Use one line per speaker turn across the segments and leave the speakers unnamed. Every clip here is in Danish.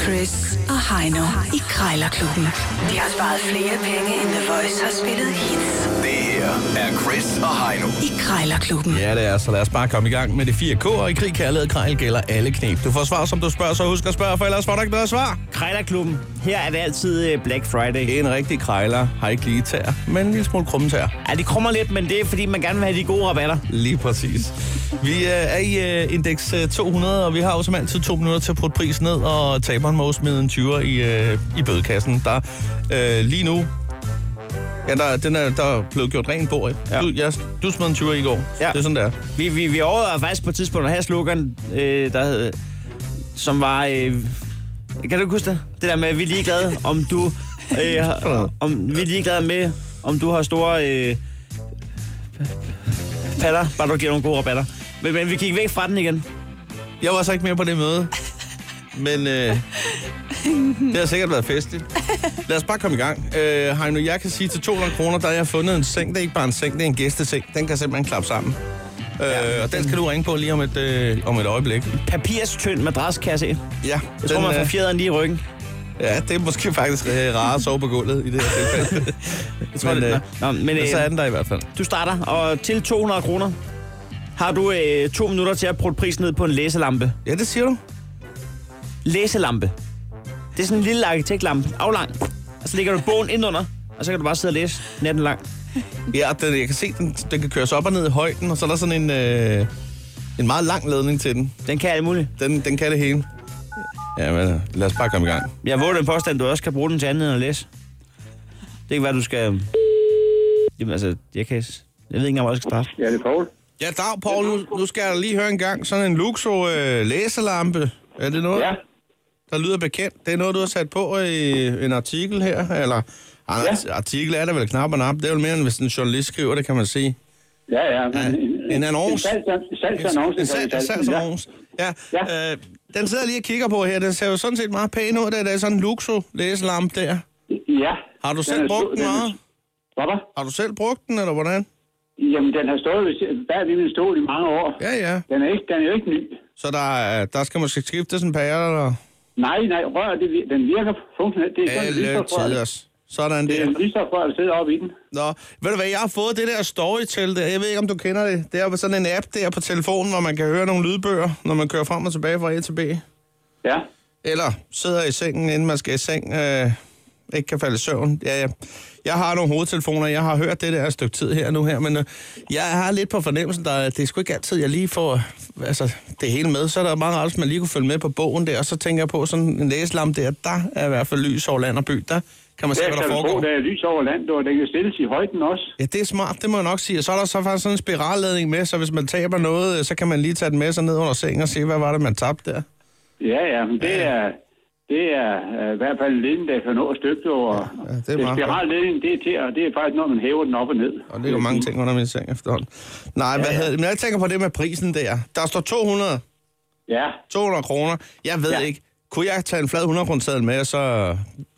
Chris og Heino i Krejlerklubben. De har sparet flere penge, end The Voice har spillet hits
Det her er Chris og Heino.
i Krejlerklubben.
Ja, det er, så lad os bare komme i gang med de fire K'er. I krig, kærlighed, krejl gælder alle knep. Du får svar, som du spørger, så husk at spørge, for ellers får du ikke noget svar.
Krejlerklubben. Her er det altid øh, Black Friday.
En rigtig krejler har ikke lige tær, men en lille smule krumme tær.
Ja, det krummer lidt, men det er, fordi man gerne vil have de gode rabatter.
Lige præcis. Vi øh, er i øh, indeks øh, 200, og vi har jo som altid to minutter til at putte prisen ned, og taberen må jo smide en 20'er i, øh, i bødekassen. Der øh, lige nu... Ja, der, den er, der er blevet gjort rent bord. Ja.
Ja.
Du, jeg, du smed en 20'er i går.
Ja.
Det er sådan, der.
Vi, vi, vi overvejede faktisk på et tidspunkt at have slogan, øh, der hed, som var... Øh, kan du ikke huske det? Det der med, at vi er ligeglade, om du... Øh, har- om, vi er ligeglade med, om du har store... Øh, patter, bare du giver nogle gode rabatter. Men, men vi gik væk fra den igen.
Jeg var så ikke mere på det møde, men øh, det har sikkert været festligt. Lad os bare komme i gang. Øh, Heino, jeg kan sige til 200 kroner, der har jeg fundet en seng. Det er ikke bare en seng, det er en gæsteseng. Den kan simpelthen klappe sammen. Øh, og den skal du ringe på lige om et, øh, om et øjeblik.
Papirstynd madras, kan jeg se.
Ja,
Jeg
den, øh,
tror, man
er-
får fjederen lige i ryggen.
Ja, det er måske faktisk øh, rarere at sove på gulvet i det her tilfælde. jeg
tror,
men,
det-
øh,
nå, nå, men,
men
øh,
så er den der i hvert fald.
Du starter, og til 200 kroner har du øh, to minutter til at prøve prisen ned på en læselampe.
Ja, det siger du.
Læselampe. Det er sådan en lille arkitektlampe, aflang. Og så lægger du bogen indunder, og så kan du bare sidde og læse natten lang.
Ja, og den, jeg kan se, den, den kan køres op og ned i højden, og så er der sådan en, øh, en meget lang ledning til den.
Den kan alt muligt.
Den, den kan det hele. Ja, men øh, lad os bare komme i gang.
Jeg våger den påstand, du også kan bruge den til andet end at læse. Det kan være, du skal... øh, Jamen altså, jeg kan... Jeg ved ikke engang, hvor jeg skal starte.
Ja, det er Poul.
Ja, dag, Poul. Nu, nu skal jeg da lige høre en gang. Sådan en Luxo øh, læselampe. Er det noget,
Ja,
der lyder bekendt? Det er noget, du har sat på øh, i en artikel her? Eller, ah, ja.
Ja.
artikel er der vel knap og nap. Det er vel mere, end hvis en journalist skriver det, kan man sige.
ja, ja. Men,
Ja, en annonce.
En salgs- salgsannonce.
En
kan vi
sal-
kalde den,
salgsannonce. Ja.
Ja.
Øh, den sidder jeg lige og kigger på her. Den ser jo sådan set meget pæn ud, da det er sådan en Luxo læselampe der.
Ja. ja.
Har du
Den
selv
er
brugt
stor-
den meget?
Hvorfor?
Har du selv brugt den, eller hvordan?
Jamen, den har stået ved- bag ved min stol i mange år.
Ja, ja.
Den er, ikke, den er jo ikke ny.
Så der, er- der skal måske skiftes en pære, eller?
Nej, nej, rør, det, vir- den virker funktionelt. Det er sådan en
Alle
lysstofrør.
tiders. Sådan
Det er en
der.
lysstofrør, der sidder oppe i den.
Nå, ved du hvad, jeg har fået det der story til det. Jeg ved ikke, om du kender det. Det er jo sådan en app der på telefonen, hvor man kan høre nogle lydbøger, når man kører frem og tilbage fra A til B.
Ja.
Eller sidder i sengen, inden man skal i seng. Øh, ikke kan falde i søvn. Ja, ja. Jeg har nogle hovedtelefoner, jeg har hørt det der et stykke tid her nu her, men øh, jeg har lidt på fornemmelsen, der, det er sgu ikke altid, jeg lige får øh, altså, det hele med. Så er der meget rart, hvis man lige kunne følge med på bogen der, og så tænker jeg på sådan en læslam der, der er i hvert fald lys over land og by, der kan man se,
Der
hvad
kan
der
du tro,
foregår.
der er lys over landet, og den kan stilles i højden også.
Ja, det er smart, det må jeg nok sige. Og så er der så faktisk sådan en spiralledning med, så hvis man taber noget, øh, så kan man lige tage den med sig ned under sengen og se, hvad var det, man tabte der.
Ja, ja, men det er... Det er øh, i hvert fald en ledning, der kan nå et stykke over.
ja, det er meget
spiralledningen, det er til, og det er faktisk, når man hæver den op og ned.
Og det er jo mange ting under min seng efterhånden. Nej, ja, hvad
ja.
hedder det? Men jeg tænker på det med prisen der. Der står 200,
Ja,
200 kroner. Jeg ved ja.
Ja.
ikke. Kunne jeg tage en flad 100 kroner med, og så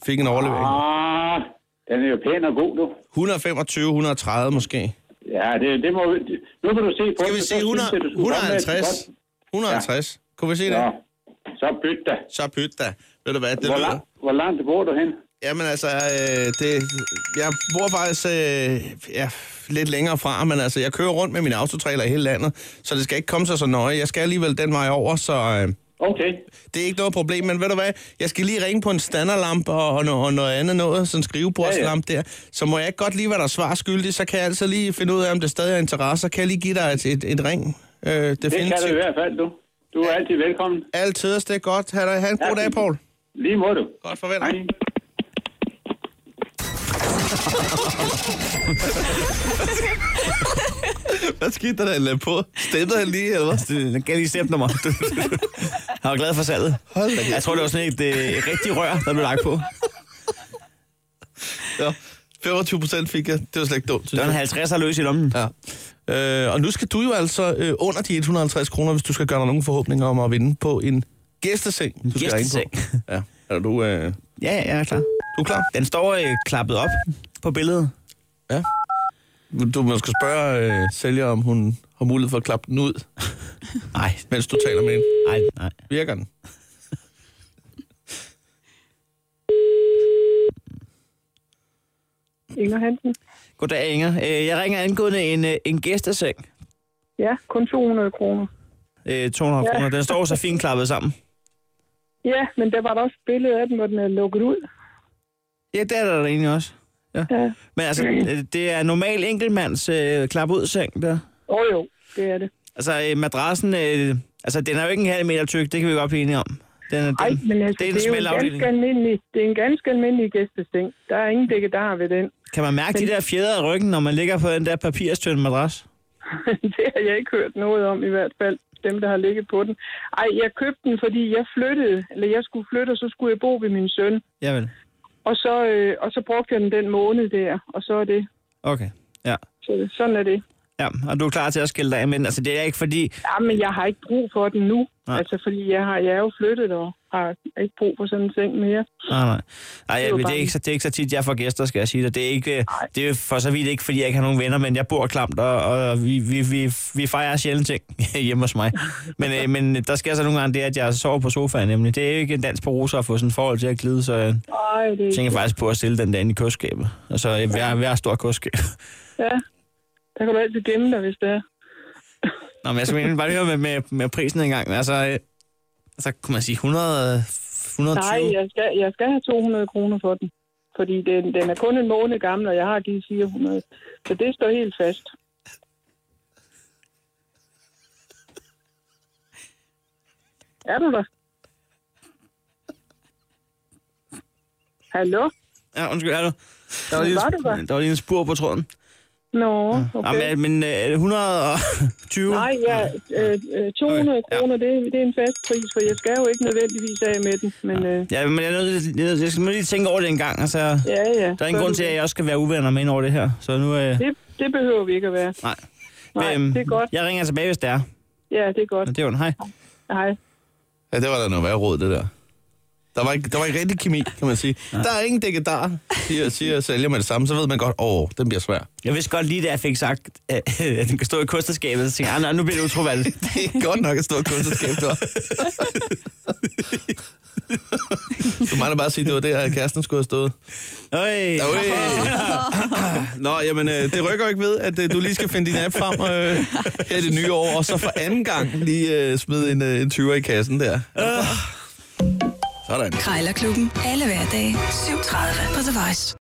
fik en overlevering?
Ah, den er jo pæn og god, du.
125, 130 måske.
Ja, det, det må vi... det- Nu kan du se på...
Skal vi
den, så
sige
synes
100,
jeg, du skulle komme med et
150?
godt-
150. Kunne vi se
Ja,
det?
så byt da.
Så pyt da. Ved du hvad, det
Hvor,
lyder.
lang, hvor langt bor du hen?
Jamen altså, øh, det, jeg bor faktisk øh, ja, lidt længere fra, men altså, jeg kører rundt med min autotrailer i hele landet, så det skal ikke komme sig så nøje. Jeg skal alligevel den vej over, så øh,
Okay.
det er ikke noget problem. Men ved du hvad, jeg skal lige ringe på en standerlampe og, og, noget, og noget andet noget, sådan en skrivebordslampe der. Så må jeg ikke godt lige være der svar skyldig, så kan jeg altså lige finde ud af, om det stadig er interesse, så kan jeg lige give dig et, et, et ring. Øh,
Det kan du i
definitivt.
hvert fald, du. Du er altid velkommen.
Altid, det er godt. Ha' dig- ha' en god
Ja,
dag,
det-
Poul.
Lige må du.
Godt farvel.
Hej.
Hvad skete der, der lagde på? Stemte han lige, eller hvad?
Altså,
Den gav lige stempnummer. Han var glad for salget.
Hold da kæft.
Jeg tror, det var sådan et, øh, et rigtigt rør, der blev lagt på.
Ja. 25 procent fik jeg. Det var slet ikke dumt,
Det
synes
var en
jeg.
50'er løs i lommen.
Ja. Øh, og nu skal du jo altså øh, under de 150 kroner, hvis du skal gøre dig nogle forhåbninger om at vinde på en gæsteseng. Du skal ringe på.
gæsteseng.
Ja. Er du, øh,
Ja, ja, jeg er klar.
du er klar?
Den står øh, klappet op på billedet.
Ja. Du man skal spørge øh, sælger, om hun har mulighed for at klappe den ud,
Nej,
mens du taler med hende.
nej, nej.
Virker den?
Inger Hansen.
Goddag, Inger. Øh, jeg ringer angående en, øh, en gæsteseng.
Ja, kun 200 kroner.
Øh, 200
Ja.
kroner. Den står så fint klappet sammen.
Ja, men der var der også et billede af den, hvor den er lukket ud.
Ja, det er der da egentlig også. Ja.
Ja. Mm.
Men altså, øh, det er normal enkeltmands øh, klap ud seng der.
Åh oh, jo, det er det.
Altså, øh, madrassen, øh, altså, den er jo ikke en halv meter tyk, det kan vi godt blive enige om. Den, er- den,
Ej, men altså,
det er en
det, er jo en
smeltafdeling.
ganske almindelig, det er en ganske almindelig gæsteseng. Der er ingen dække der ved den.
Kan man mærke de der fjeder i ryggen, når man ligger på den der papirstønde madras?
det har jeg ikke hørt noget om i hvert fald, dem der har ligget på den. Ej, jeg købte den, fordi jeg flyttede, eller jeg skulle flytte, og så skulle jeg bo ved min søn.
Jamen,
Og så, øh, og så brugte jeg den den måned der, og så er det.
okay. Ja.
Så, sådan er det.
ja, og du er klar til at skille dig af, men altså, det er ikke fordi...
Ja, men jeg har ikke brug for den nu.
Nej.
Nej. Altså, fordi jeg, har, jeg er jo flyttet og har ikke brug for sådan en seng mere.
Nej, nej. Ej,
er
jeg,
jo
det, er
bare-
ikke, så- det er ikke så tit, jeg får gæster, skal jeg sige dig. Det er, ikke, øh, det er jo for så vidt ikke, fordi jeg ikke har nogen venner, men jeg bor klamt, og, og vi, vi, vi, vi fejrer sjældent ting hjemme hos mig. Men, øh, men der sker så nogle gange det, at jeg sover på sofaen nemlig. Det er jo ikke en dans på roser at få sådan et forhold til at glide, så jeg
Ej, det er
tænker
ikke.
faktisk på at stille den der ind i kostskabet. Altså, øh, hver, hver stor kostskab.
Ja. Der kan du altid gemme dig, hvis det er.
Nå, men jeg skal egentlig bare lige høre med, med, med prisen engang. Altså, øh, så kunne man sige 100, 120?
Nej, jeg skal, jeg skal have 200 kroner for den. Fordi den, den er kun en måned gammel, og jeg har givet 400. Så det står helt fast. Er du der? Hallo?
Ja, undskyld, er du? Der var,
Hvad
lige,
var det, hva'?
der var lige en spur på tråden.
Nå, okay.
Okay. Ja, men, men øh, 120?
Nej, ja, øh, øh, 200
Okay, ja.
kroner, det, det er en fast pris, for jeg skal jo ikke nødvendigvis af med den. Men øh,
Ja, men jeg, er nødt til- jeg, er nødt til- jeg skal lige tænke over det en gang. Altså, der
ja, ja.
er ingen grund til, at jeg også skal være uvenner med ind over det her. Så nu... Øh,
Det, det behøver vi ikke at være.
nej. Øhm,
Nej, det er godt.
Jeg ringer tilbage, hvis det er.
Ja, det er godt.
Men det er jo en hej.
Hej.
Ja, det var da noget værre råd, det der. Der var, ikke, der var ikke rigtig kemi, kan man sige. Der er ingen dække der, siger, siger sælger med det samme. Så ved man godt, åh, den bliver svær.
Jeg vidste godt lige, da jeg fik sagt, at, at den kan stå i kosteskabet, så tænkte jeg, "Ah, nej, nu bliver det utroværdigt.
Det er godt nok et stort kunstnerskab, du har. Du mangler bare at sige, det var der, at kæresten skulle have stået.
Øj.
Øj. Nå, jamen, øh, det rykker jo ikke ved, at øh, du lige skal finde din app frem øh, her i det nye år, og så for anden gang lige øh, smide en, øh, en 20'er i kassen der. Sådan.
Krejlerklubben. Alle hverdage. 7.30 på The Voice.